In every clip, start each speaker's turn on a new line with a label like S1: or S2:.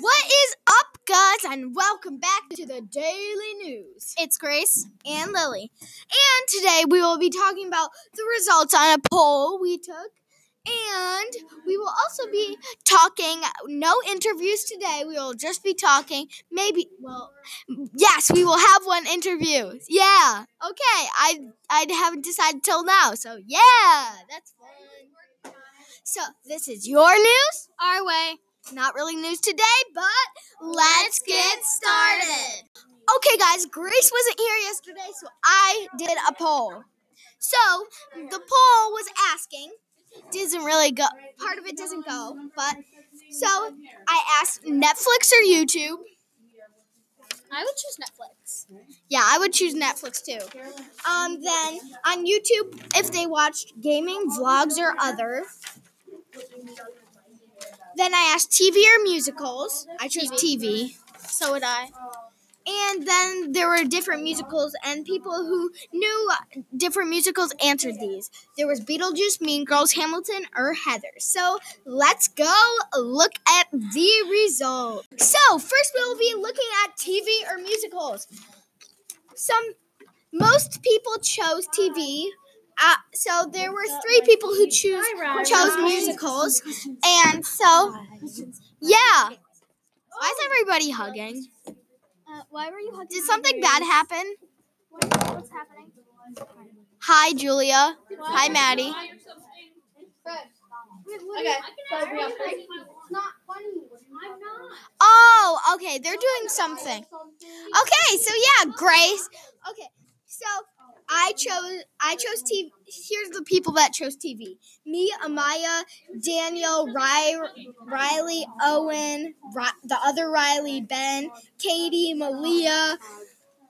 S1: What is up, guys? And welcome back to the Daily News. It's Grace and Lily. And today we will be talking about the results on a poll we took. And we will also be talking, no interviews today. We will just be talking, maybe, well, yes, we will have one interview. Yeah. Okay. I, I haven't decided till now. So, yeah, that's fun. So, this is your news? Our way not really news today, but let's get started. Okay, guys, Grace wasn't here yesterday, so I did a poll. So the poll was asking, doesn't really go, part of it doesn't go, but so I asked Netflix or YouTube.
S2: I would choose Netflix.
S1: Yeah, I would choose Netflix too. Um, then on YouTube, if they watched gaming vlogs or other. Then I asked TV or musicals. I chose TV.
S2: So would I.
S1: And then there were different musicals, and people who knew different musicals answered these. There was Beetlejuice, Mean Girls, Hamilton, or Heather. So let's go look at the result. So first we will be looking at TV or musicals. Some most people chose TV. Uh, so there were three people who choose chose musicals, and so yeah. Why is everybody hugging?
S2: Uh, why were you hugging?
S1: Did something bad happen?
S2: What- What's happening?
S1: Hi, Julia. Hi, Maddie.
S2: Okay.
S3: It's not funny. I'm not.
S1: Oh, okay. They're doing something. Okay, so yeah, Grace. Okay, so I chose I chose TV. Here's the people that chose TV: me, Amaya, Daniel, Ry- Riley, Owen, Ri- the other Riley, Ben, Katie, Malia.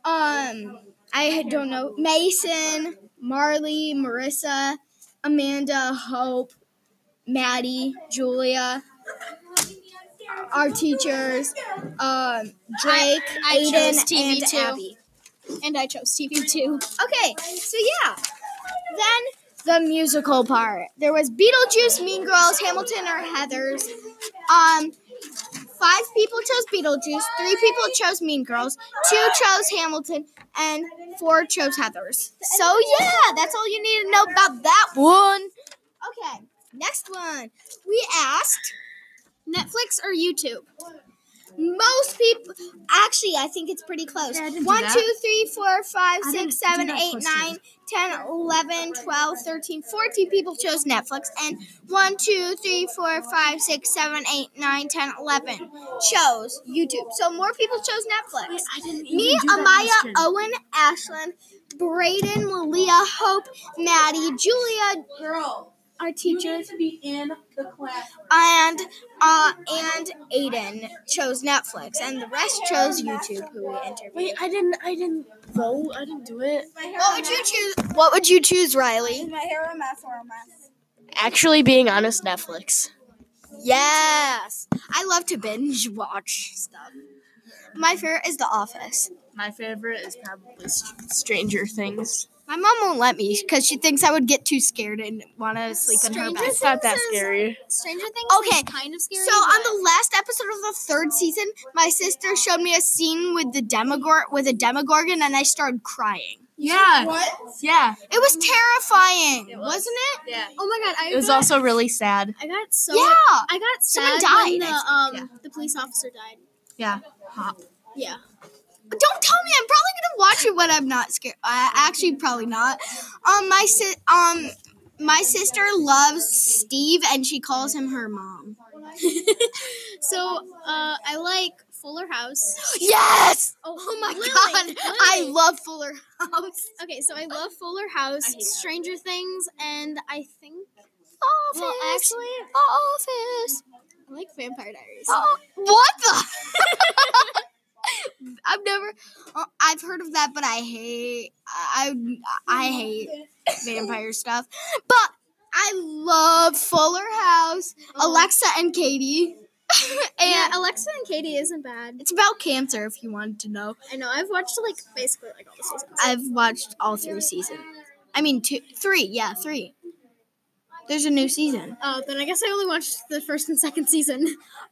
S1: Um, I don't know Mason, Marley, Marissa, Amanda, Hope, Maddie, Julia. Our teachers, um, Drake,
S2: I
S1: Aiden,
S2: chose TV
S1: and
S2: too.
S1: Abby.
S2: And I chose TV too.
S1: Okay, so yeah. Then the musical part. There was Beetlejuice, Mean Girls, Hamilton, or Heather's. Um, five people chose Beetlejuice, three people chose Mean Girls, two chose Hamilton, and four chose Heather's. So yeah, that's all you need to know about that one. Okay, next one. We asked
S2: Netflix or YouTube?
S1: most people. Actually, I think it's pretty close.
S2: Yeah, I didn't do
S1: One,
S2: that.
S1: two, three, four, five,
S2: I
S1: six,
S2: didn't do
S1: seven,
S2: that
S1: eight,
S2: question.
S1: nine, 10, 11, 12, 13, 14 people chose Netflix, and one, two, three, four, five, six, seven, eight, nine, 10, 11 chose YouTube. So more people chose Netflix.
S2: I didn't
S1: Me, Amaya, Owen, Ashlyn, Brayden, Malia, Hope, Maddie, Julia,
S3: Girl,
S1: our
S3: you
S1: teachers,
S3: need to be in the class.
S1: and uh, and Aiden chose Netflix, and the rest chose YouTube, who we interviewed.
S4: Wait, I didn't. I didn't vote. I didn't do it.
S1: What would you choose? What would you choose, Riley?
S3: My hair a mess or a mess?
S4: Actually, being honest, Netflix.
S1: Yes, I love to binge watch stuff. My favorite is The Office.
S4: My favorite is probably Stranger Things.
S1: My mom won't let me because she thinks I would get too scared and want to sleep in her
S2: Stranger
S1: bed.
S4: It's not that
S2: Things is-
S4: scary.
S2: Stranger Things.
S1: Okay,
S2: Is kind of scary.
S1: So on the last episode of the third season, my sister showed me a scene with the demogor with a demogorgon, and I started crying.
S4: Yeah.
S3: What?
S4: Yeah.
S1: It was terrifying,
S4: It
S1: was.
S4: was.
S1: not it?
S4: Yeah.
S2: oh my god, I
S4: It was
S2: got,
S4: also really sad.
S2: I got so.
S1: yeah.
S2: I got
S1: Someone
S2: sad
S1: died,
S2: when the
S1: I
S2: um
S4: think,
S2: the police officer died.
S4: Yeah.
S2: Yeah.
S1: Don't tell me. I'm probably gonna watch it when I'm not scared. I actually probably not. Um, my si- um, my sister loves Steve, and she calls him her mom.
S2: So uh, I like Fuller House.
S1: Yes.
S2: Oh,
S1: my
S2: Lily,
S1: God,
S2: Lily.
S1: I love Fuller House.
S2: Okay, so I love Fuller House, Stranger Things, and I think
S1: Office.
S2: well, actually,
S1: Office.
S2: I like Vampire Diaries.
S1: Oh, what the? I've never. uh, I've heard of that, but I hate. I I I hate vampire stuff. But I love Fuller House, Alexa and Katie, and
S2: Oh. yeah, Alexa and Katie isn't bad.
S1: it's about cancer. If you wanted to know,
S2: I know. I've watched like basically like all the seasons.
S1: I've watched all three seasons. I mean, two, three. Yeah, three. There's a new season.
S2: Oh, then I guess I only watched the first and second season.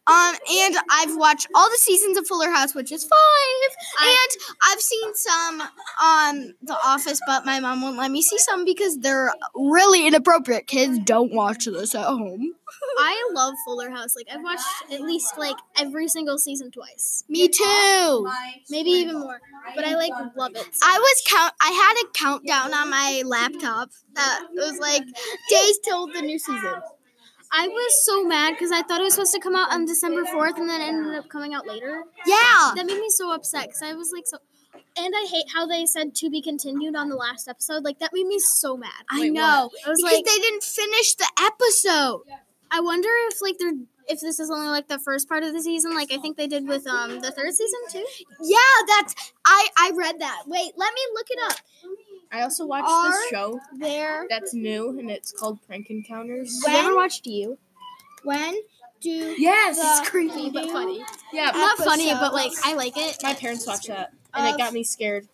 S1: Um, and I've watched all the seasons of Fuller House, which is five.
S2: I-
S1: and I've seen some on The Office, but my mom won't let me see some because they're really inappropriate. Kids don't watch this at home.
S2: I love Fuller House. Like I've watched at least like every single season twice,
S1: Me too.
S2: maybe even more. But I like love it.
S1: I was count. I had a countdown on my laptop that was like days till the new season.
S2: I was so mad because I thought it was supposed to come out on December fourth, and then it ended up coming out later.
S1: Yeah.
S2: That made me so upset because I was like so. And I hate how they said to be continued on the last episode. Like that made me so mad.
S1: I
S4: Wait, what?
S1: know
S2: I was
S1: because
S2: like,
S1: they didn't finish the episode.
S2: I wonder if like they're if this is only like the first part of the season. Like I think they did with um the third season too.
S1: Yeah, Oh, that's I I read that. Wait, let me look it up.
S4: I also watched
S1: Are
S4: this show
S1: There
S4: that's new and it's called Prank Encounters.
S1: Have you ever
S4: watched you?
S1: when do
S4: Yes.
S1: the
S2: creepy but funny.
S4: yeah.
S1: Uh,
S4: My,
S2: Not funny, but
S1: Episode.
S2: like I like it.
S4: my parents watched that and it
S1: of-
S4: got me scared,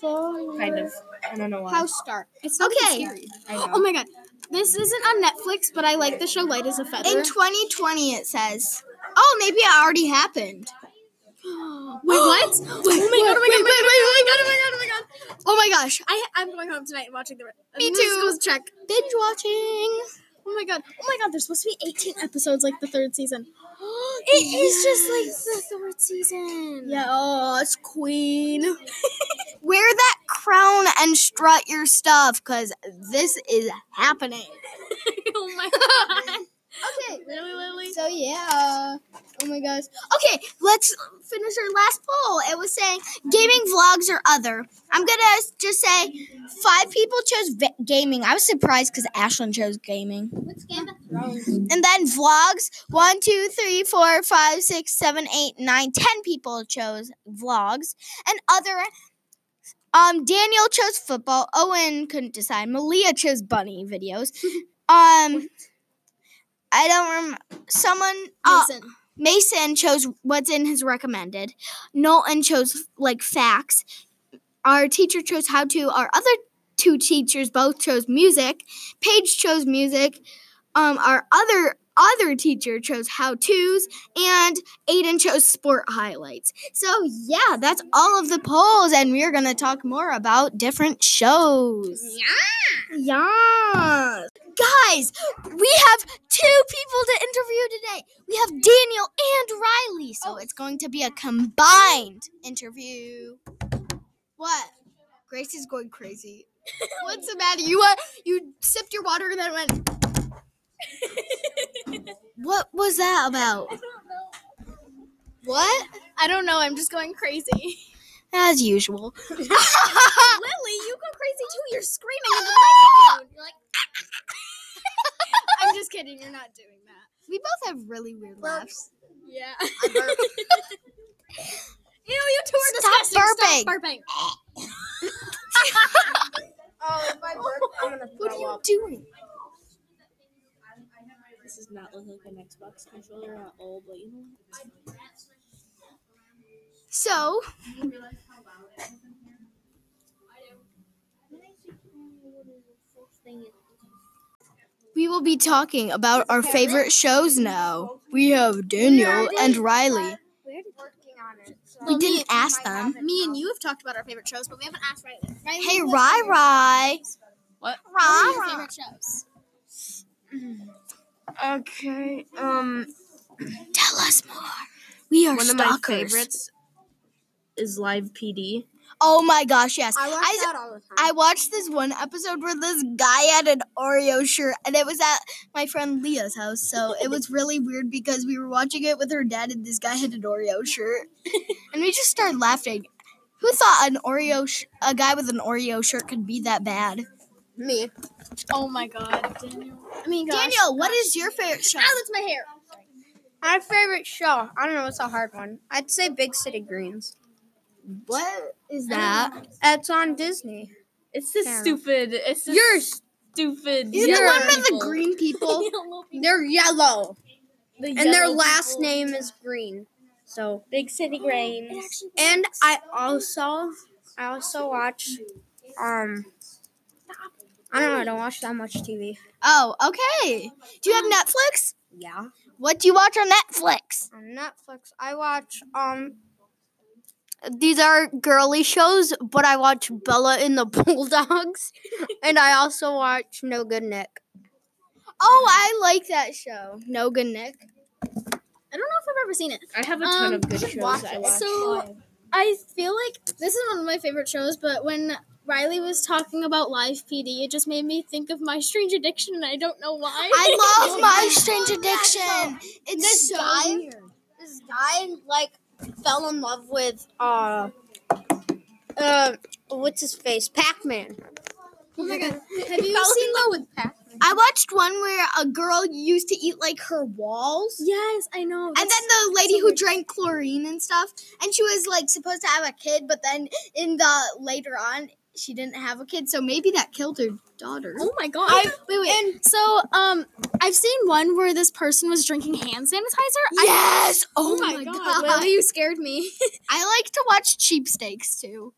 S4: kind of. I don't know why.
S1: house start?
S2: It's not
S1: Okay.
S2: okay. Scary.
S4: I know.
S2: Oh my god, this isn't on Netflix, but I like the show Light as a Feather.
S1: In 2020 it says. Oh, maybe it already happened.
S2: Wait, what? oh my god! Oh my god! Oh my god! Oh my god! Oh my god!
S1: Oh my gosh,
S2: I I'm going home tonight and watching the.
S1: Me
S2: I'm
S1: too.
S2: Just goes check.
S1: binge watching.
S2: Oh my god! Oh my god! There's supposed to be 18 episodes, like the third season.
S1: It is
S2: just like the third season. Yeah.
S1: Yes, queen. Wear that crown and strut your stuff cuz this is happening.
S2: oh my god.
S1: Okay.
S2: really, Lily?
S1: So yeah. Oh my gosh. Okay, let's finish our last poll. It was saying gaming vlogs or other. I'm gonna just say five people chose v- gaming. I was surprised because Ashlyn chose gaming.
S3: What's Game of
S1: And then vlogs. One, two, three, four, five, six, seven, eight, nine, ten people chose vlogs. And other. Um, Daniel chose football. Owen couldn't decide. Malia chose bunny videos. Um, I don't remember. Someone. uh,
S2: Listen.
S1: Mason chose what's in his recommended. Nolan chose like facts. Our teacher chose how to. Our other two teachers both chose music. Paige chose music. Um, our other other teacher chose how tos, and Aiden chose sport highlights. So yeah, that's all of the polls, and we're gonna talk more about different shows. Yeah.
S2: Oh,
S1: Yes. Guys, we have two people to interview today. We have Daniel and Riley, so it's going to be a combined interview. What? Grace is going crazy. What's the matter? You uh, you sipped your water and then went. what was that about? What?
S2: I don't know. I'm just going crazy.
S1: As usual.
S2: Lily, you go crazy too. You're screaming in the
S1: Ah!
S2: microphone. You're like, I'm just kidding. You're not doing that.
S1: we both have really weird laughs.
S2: Yeah. You know, you two are
S1: Stop
S2: disgusting.
S1: burping.
S2: Stop burping.
S4: Oh, if I burp, I'm gonna
S1: What are you doing?
S4: This is not look like an Xbox controller at all, but you know.
S1: So, we will be talking about our favorite shows now. We have Daniel and Riley. We didn't ask them.
S2: Me and you have talked about our favorite shows, but we haven't asked Riley. Riley
S1: Hey, Rai Rai.
S4: What?
S2: What are your
S1: Rai.
S2: favorite shows?
S4: Okay. Um,
S1: Tell us more. We are
S4: one of my
S1: stalkers.
S4: favorites is Live PD.
S1: Oh my gosh, yes. I,
S2: all the time.
S1: I watched this one episode where this guy had an Oreo shirt, and it was at my friend Leah's house. So it was really weird because we were watching it with her dad, and this guy had an Oreo shirt, and we just started laughing. Who thought an Oreo, sh- a guy with an Oreo shirt, could be that bad?
S4: Me.
S2: oh my god, Daniel. I mean, gosh.
S1: Daniel, what is your favorite show?
S2: Ah, that's my hair.
S5: My favorite show. I don't know. It's a hard one. I'd say Big City Greens.
S1: What is that?
S5: It's on Disney.
S4: It's this
S5: Yeah.
S4: stupid. It's this
S5: You're
S4: stupid.
S1: Is it the
S5: You're
S1: one with the
S4: people.
S1: green people?
S5: They're yellow,
S4: The
S5: and their
S4: yellow
S5: last
S4: people.
S5: name is Green. So,
S4: Big City
S2: Oh,
S4: Grains.
S5: and I also, I also watch, um, I don't know. I don't watch that much TV.
S1: Oh, okay. Do you have Netflix?
S5: Yeah.
S1: What do you watch on Netflix?
S5: On Netflix, I watch um
S1: These are girly shows, but I watch Bella in the Bulldogs.
S5: and I also watch No Good Nick.
S1: Oh, I like that show. No good, Nick.
S2: I don't know if I've ever seen it.
S4: I have a ton
S2: Um,
S4: of good
S2: you should
S4: shows
S2: watch
S4: I
S2: it.
S4: watch.
S2: So I feel like this is one of my favorite shows, but when Riley was talking about Live PD, it just made me think of my Strange Addiction, and I don't know why.
S1: I love My Strange Addiction. It's so
S5: This guy like fell in love with uh uh what's his face? Pac Man.
S2: Oh my god! Have you seen the?
S5: with Pac.
S1: I watched one where a girl used to eat like her walls.
S2: Yes, I know.
S1: And then
S2: that's-
S1: the lady who drank chlorine and stuff, and she was like supposed to have a kid, but then in the later on, she didn't have a kid, so maybe that killed her daughter.
S2: Oh my god!
S5: I've
S2: wait, wait. so, um, I've seen one where this person was drinking hand sanitizer. I,
S1: Yes!
S2: oh, my, god! Well, you scared me.
S1: I like to watch cheap steaks too.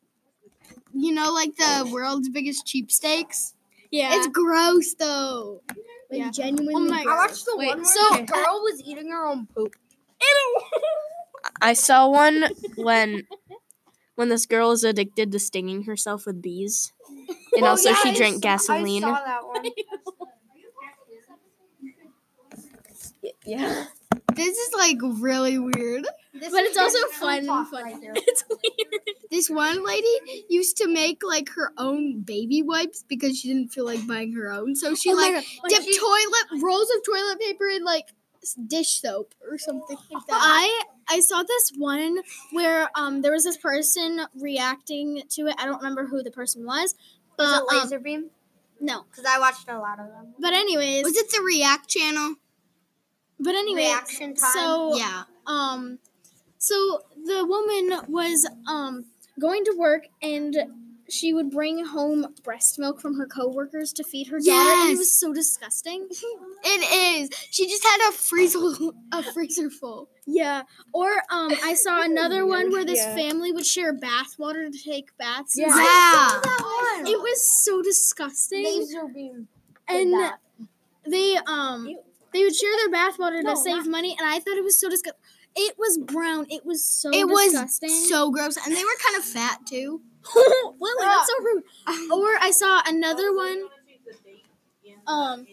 S1: You know, like the world's biggest cheap steaks.
S2: yeah.
S1: It's gross though. Like
S2: Yeah.
S1: genuinely.
S2: oh my
S5: I
S2: god!
S5: watched the
S4: Wait,
S5: one where
S4: so-
S5: the girl was eating her own poop.
S4: I saw one when when this girl is addicted to stinging herself with bees, and
S5: Oh,
S4: also
S5: yeah,
S4: she
S5: I
S4: drank
S5: saw-
S4: gasoline.
S5: I saw that one.
S4: yeah.
S1: This is like really weird.
S2: But it's also fun. fun. it's weird.
S1: This one lady used to make like her own baby wipes because she didn't feel like buying her own, so she
S2: Oh my
S1: like
S2: god, when
S1: dip
S2: she-
S1: toilet rolls of toilet paper in like s- dish soap or something like that.
S2: I I saw this one where um there was this person reacting to it. I don't remember who the person was, but
S5: Was it
S2: um,
S5: laser beam?
S2: no.
S5: Because I watched a lot of them.
S2: But anyways,
S1: was it the React channel?
S2: but anyways,
S5: Reaction time.
S2: so
S1: Yeah.
S2: um so the woman was um going to work and she would bring home breast milk from her coworkers to feed her daughter. and
S1: Yes.
S2: it was so disgusting.
S1: It is. She just had a freezer a freezer full.
S2: Yeah. Or um I saw another one where this
S5: Yeah.
S2: family would share bath water to take baths.
S5: Yeah.
S1: Yeah.
S2: It was so disgusting.
S5: Laser beam.
S2: and
S5: that.
S2: they um
S5: Ew.
S2: they would share their bathwater
S5: No,
S2: to save money, and I thought it was so disgusting. It was brown. It was so
S1: It was
S2: disgusting.
S1: so gross, and they were kind of fat too.
S2: Lily, that's so rude. Or I saw another one. Um,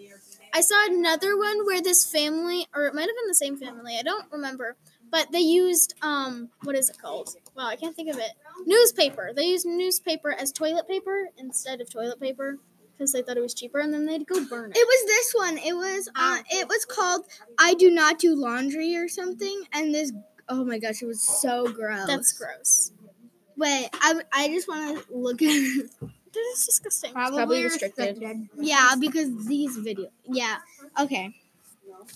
S2: I saw another one where this family, or it might have been the same family. I don't remember, but they used um, what is it called? Wow, I can't think of it. Newspaper. They used newspaper as toilet paper instead of toilet paper because they thought it was cheaper, and then they'd go burn it.
S1: It was this one. It was uh,
S2: Oh.
S1: it was called "I Do Not Do Laundry" or something. And this, oh my gosh, it was so gross.
S2: That's gross.
S1: Wait, I, I just want to look at. it.
S2: That is disgusting.
S4: probably restricted.
S1: Yeah, because these videos. Yeah. Okay.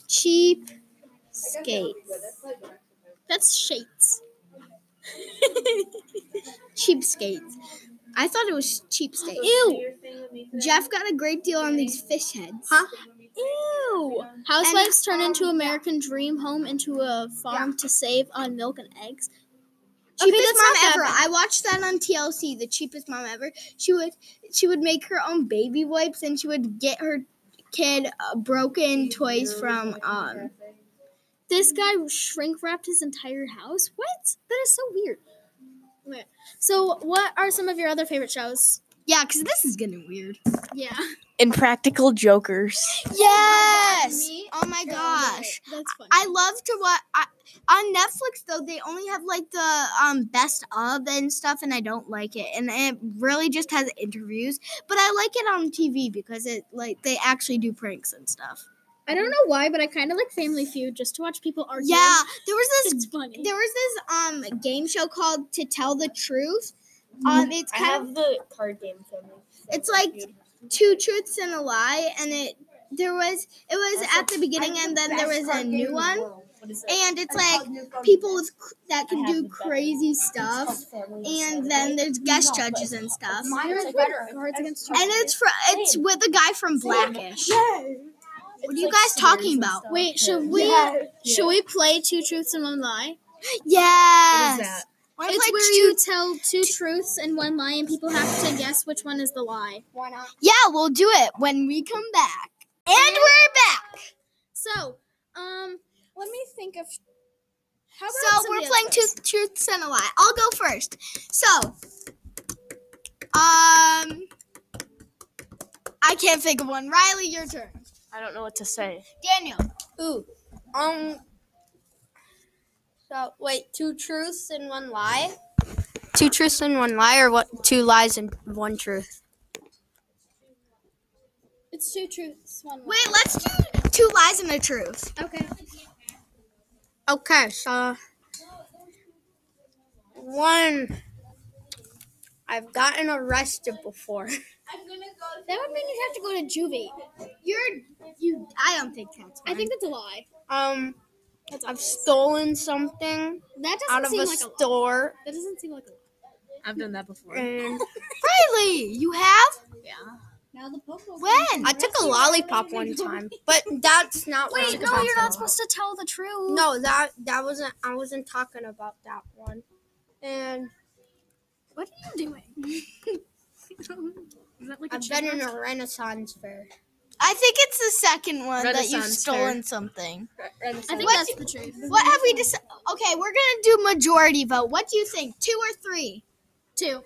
S1: Cheap skates.
S2: That's shades.
S1: Cheap skates. I thought it was cheap skates.
S2: Ew.
S1: Jeff got a great deal on these fish heads.
S5: Huh?
S2: Ew. Housewives turn into
S1: um,
S2: American Dream Home into a farm to save on milk and eggs.
S1: Cheapest
S2: that's
S1: mom
S2: not that
S1: ever. I watched that on TLC. The cheapest mom ever. She would she would make her own baby wipes, and she would get her kid uh, broken toys from um
S2: This guy shrink wrapped his entire house. What? That is so weird. Wait. So, what are some of your other favorite shows?
S1: yeah, because this is getting weird.
S2: Yeah.
S1: Oh
S4: Impractical Jokers.
S1: Yes. Oh my gosh.
S2: That's funny.
S1: I love to watch I, on Netflix though. They only have like the um best of and stuff, and I don't like it. And it really just has interviews. But I like it on TV because it like they actually do pranks and stuff.
S2: I don't know why, but I kind of like Family Feud just to watch people argue.
S1: Yeah, there was this
S2: It's funny.
S1: there was this um game show called To Tell the Truth. Um, it's
S4: Mm-hmm. I
S1: kind of
S4: the card game family.
S1: it's like two truths and a lie, and it there was it was at the beginning, and then there was a new one, and it's like people with cr- that can do crazy stuff, and then there's guest judges and stuff, and
S5: Mine was better. Cards Against
S1: it's for it's with the guy from Blackish. What are you guys talking about?
S2: Wait, should we should we play Two Truths and One Lie?
S1: Yes, Why
S2: It's
S1: play
S2: where
S1: two-
S2: you tell two truths and one lie, and people have to guess which one is the lie.
S3: Why not?
S1: Yeah, we'll do it when we come back. And we're back.
S2: So, um, let me think of. How about
S1: So
S2: somebody
S1: we're
S2: else
S1: playing
S2: goes?
S1: Truth, Truths and a Lie. I'll go first. So, um, I can't think of one. Riley, your turn.
S4: I don't know what to say.
S1: Daniel.
S5: Ooh. Um. So wait, two truths and one lie. Two truths and one lie, or what? Two lies and one truth.
S2: It's two truths, one lie.
S1: Wait, let's do two lies and a truth.
S2: Okay.
S5: Okay, so one. I've gotten arrested before.
S2: That would mean you'd have to go to juvie.
S1: You're you. I don't think that's.
S2: I think that's a lie.
S5: Um, I've stolen something
S2: That doesn't
S5: out of
S2: seem
S5: a
S2: like a lie.
S5: store,
S2: That doesn't seem like a lie.
S4: I've done that before.
S5: and
S1: Riley, you have
S3: Now the Pokemon.
S1: when?
S5: I took a lollipop one time. But that's not what I'm talking about.
S2: to tell the truth.
S5: No, that that wasn't. I wasn't talking about that one. And
S2: What are you doing? Is that like a
S5: I've been in
S2: chipmunk?
S5: a Renaissance fair.
S1: I think it's the second one that you've
S4: Renaissance
S1: stolen something.
S2: I think
S1: What
S2: that's the truth.
S1: What have we decided? Okay, we're gonna do majority vote. What do you think? Two or three?
S2: Two.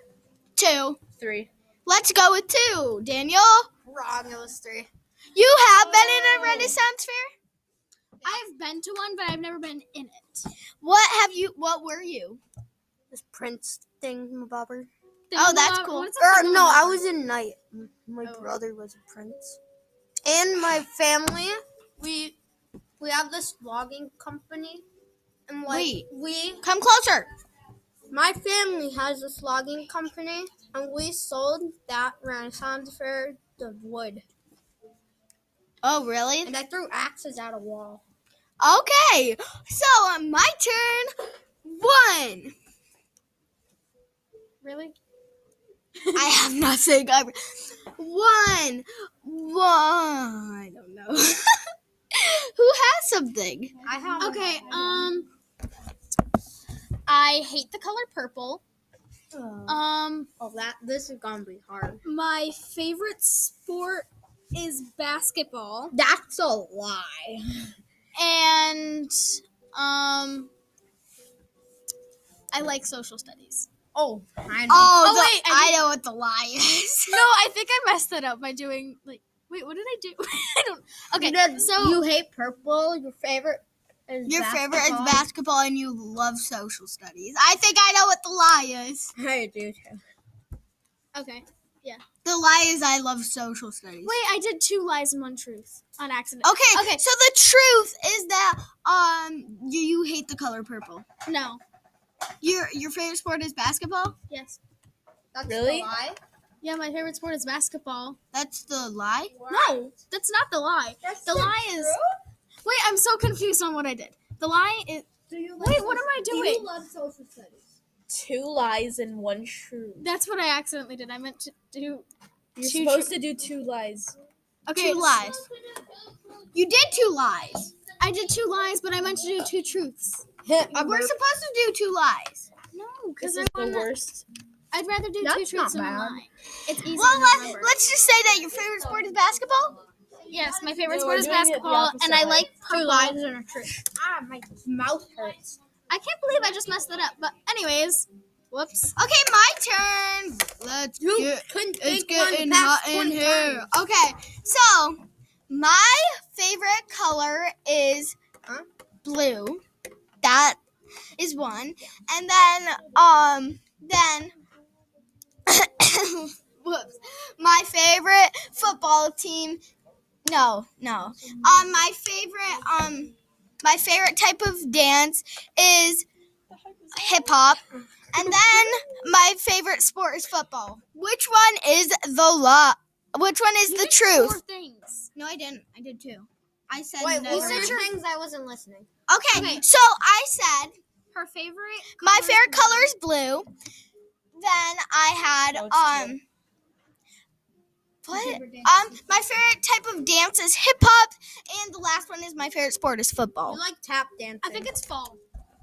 S1: Two.
S4: Three.
S1: Let's go with two. Daniel,
S5: Wrong, it was three.
S1: you have been in a Renaissance fair.
S2: I've been to one, but I've never been in it.
S1: What have you? What were you?
S5: This Prince thing, bobber.
S1: Oh, that's cool.
S2: What's
S5: Or
S2: that thing
S5: no, I
S2: about-
S5: was a knight. M- My
S2: Oh.
S5: brother was a prince. And my family, we we have this logging company, and like
S1: Wait.
S5: we,
S1: Come closer.
S5: my family has this logging company, and we sold that Renaissance fair the wood,
S1: Oh, really?
S5: and I threw axes at a wall.
S1: Okay. So on my turn, one.
S2: Really?
S1: I have nothing. I- One. One. I don't know. Who has something?
S5: I have
S2: Okay, um I hate the color purple. Um
S5: Oh, that this is gonna be hard.
S2: my favorite sport is basketball
S5: That's a lie.
S2: and um I like social studies.
S5: Oh, I know.
S1: Oh,
S2: Oh,
S1: the-
S2: wait, I
S1: I,
S2: didn't-
S1: know what the lie is.
S2: No, I think I messed that up by doing like wait, what did I do? I don't Okay.
S5: Then
S2: so-
S5: you hate purple. Your favorite is
S1: Your favorite
S5: basketball.
S1: is basketball and you love social studies. I think I know what the lie is.
S5: I do too.
S2: Okay.
S1: The lie is I love social studies.
S2: Wait, I did two lies and one truth on accident.
S5: Oh.
S1: Okay,
S2: Okay.
S1: So the truth is that um you, you hate the color purple.
S2: No.
S1: Your your favorite sport is basketball?
S2: Yes.
S5: That's
S4: Really?
S5: The lie.
S2: Yeah, my favorite sport is basketball.
S1: That's the lie?
S2: No, that's not the lie. the lie is. Wait, I'm so confused on what I did. The lie is.
S3: Do you
S2: Wait, what am I doing?
S3: love social studies?
S4: Two lies and one true.
S2: That's what I accidentally did. I meant to do.
S4: You're
S2: Two
S4: supposed to do two lies.
S2: Okay,
S1: Two lies. You did two lies.
S2: I did two lies, but I meant to do two truths.
S1: We're supposed to do two lies.
S2: No,
S4: This
S2: because I
S4: is the
S2: wanna-
S4: worst.
S2: I'd rather do two
S5: That's
S2: truths
S5: not
S2: than
S5: bad.
S2: one lie. It's easy.
S1: Well,
S2: to
S1: let,
S2: remember.
S1: let's just say that your favorite sport is basketball.
S2: Yes, my favorite
S4: No,
S2: sport
S4: we're
S2: is
S4: doing it the
S2: basketball,
S4: opposite
S2: and I
S4: way.
S2: like
S5: Two
S2: purple.
S5: lies and a truth. Ah, my mouth hurts.
S2: I can't believe I just messed that up. But anyways, whoops.
S1: Okay, my turn. Let's
S5: You
S1: get
S5: couldn't
S1: it's
S5: think one
S1: getting
S5: past
S1: hot in
S5: 20
S1: here.
S5: times.
S1: Okay, so my favorite color is
S5: Huh?
S1: blue. That is one, and then um then whoops, my favorite football team. No, no. Um, my favorite um my favorite type of dance is hip hop. And then my favorite sport is football. Which one is the law? Which one is
S2: You
S1: the
S2: did Four
S1: truth?
S2: things.
S1: No, I didn't. I did two. I said
S5: Wait,
S1: no.
S5: what uh, were your things? I wasn't listening.
S1: okay,
S2: Okay.
S1: so I said
S2: Her favorite.
S1: my
S2: color
S1: favorite
S2: is-
S1: color is blue. Then I had
S4: No, it's
S1: um what? Um my favorite type of dance is hip hop and the last one is my favorite sport is football.
S5: You like tap dancing.
S2: I think it's fall.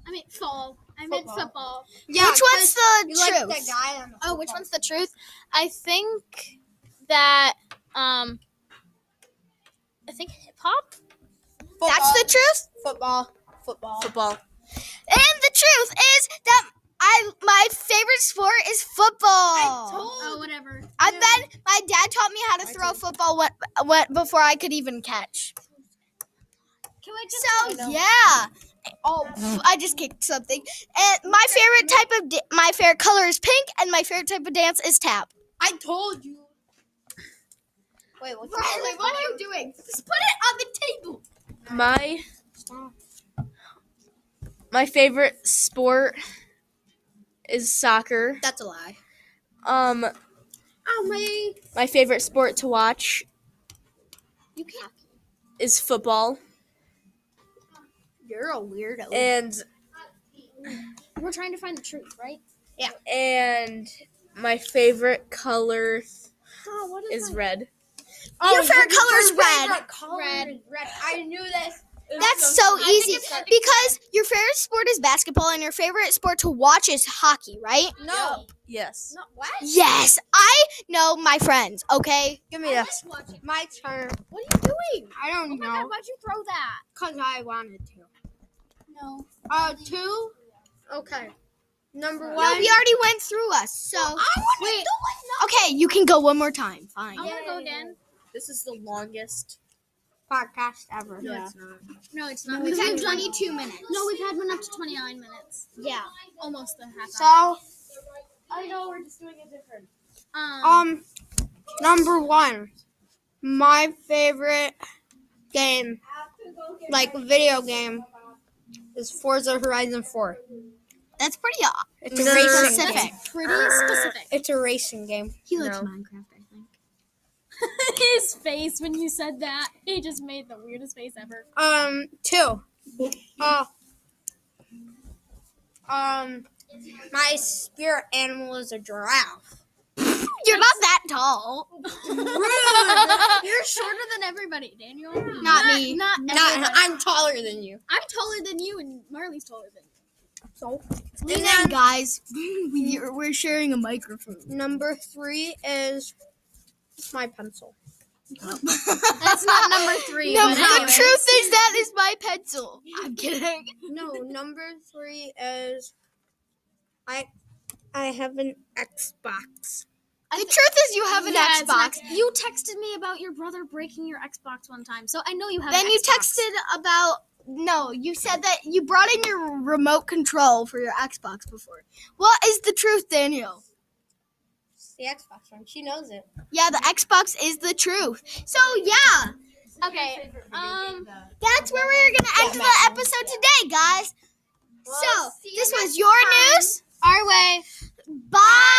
S2: I mean fall. I meant football.
S5: Yeah,
S1: which one's the
S5: you like
S1: truth?
S5: that guy on the
S1: oh, which one's the truth?
S2: I think that um, I think hip hop.
S5: football,
S1: That's the truth.
S5: football, football.
S4: Football.
S1: And the truth is that I my favorite sport is football. I
S2: Oh, whatever.
S1: And then my dad taught me how to throw a football what, what before I could even catch.
S2: Can we just?
S1: So yeah. Oh, pff, I just kicked something. And my favorite type of da- my favorite color is pink, and my favorite type of dance is tap.
S5: I told you. Wait, what's
S1: Riley, what are you doing? Just put it on the table.
S4: My my favorite sport is soccer.
S5: That's a lie.
S4: Um,
S5: Oh my!
S4: my favorite sport to watch
S5: You can't.
S4: is football,
S5: You're a weirdo.
S4: and
S2: We're trying to find the truth, right?
S4: and my favorite color
S5: oh, what
S4: is red.
S5: Oh,
S1: Your favorite color is red.
S5: Red.
S2: Red.
S5: Red. I knew this.
S1: That's so
S2: I think
S1: easy
S2: it's something-
S1: because your favorite sport is basketball and your favorite sport to watch is hockey, right?
S5: No.
S4: Yes.
S5: No. What?
S1: Yes, I know my friends, okay?
S5: Give me this. My turn.
S1: What are you doing?
S5: I don't
S2: Oh my god, why'd you throw that?
S5: Cause I wanted to.
S2: No.
S5: Uh, two. Okay. Number
S1: No,
S5: one.
S1: we already went through us, so. Wait. Okay, you can go one more time. Fine.
S2: I want to go again.
S4: This is the longest.
S5: podcast ever.
S2: No, it's No, it's not.
S1: We've had
S2: one-
S1: 22 minutes.
S2: No, we've had one up to 29 minutes.
S1: Yeah.
S2: Almost the half hour.
S5: So,
S3: I know we're just doing it different.
S2: Um,
S5: um, number one, my favorite game, like video game, is Forza Horizon Four.
S1: That's pretty uh,
S5: It's a
S4: No.
S5: racing.
S1: specific.
S5: Game.
S2: pretty specific.
S5: It's a racing game.
S2: He
S4: likes No.
S2: Minecraft, I think. His face when you said that, he just made the weirdest face ever.
S5: Um, two. Uh, um, my spirit animal is a giraffe.
S1: You're not that tall.
S2: You're shorter than everybody, Daniel. Not,
S1: me.
S2: Not,
S5: Not,
S2: everybody.
S5: I'm taller than you.
S2: I'm taller than you, and Marley's taller than you.
S5: So,
S1: Lean
S5: then-
S1: in, guys. We're, we're sharing a microphone.
S5: number three is my pencil.
S2: That's not number three.
S1: No,
S2: but
S1: the
S2: anyways.
S1: truth is that is my pencil. I'm kidding.
S5: No, number three is I I have an Xbox.
S1: The truth is you have an
S2: Yeah, it's
S1: Xbox.
S2: Xbox. you texted me about your brother breaking your Xbox one time, so I know you have.
S1: Then
S2: an
S1: you
S2: Xbox.
S1: texted about no, you said that you brought in your remote control for your Xbox before. What is the truth, Daniel?
S5: It's the Xbox one. She knows it.
S1: Yeah, the Xbox is the truth. So yeah,
S2: Okay. Um.
S1: that's where we're gonna end the episode today, guys. So this was your news.
S2: Our way.
S1: Bye.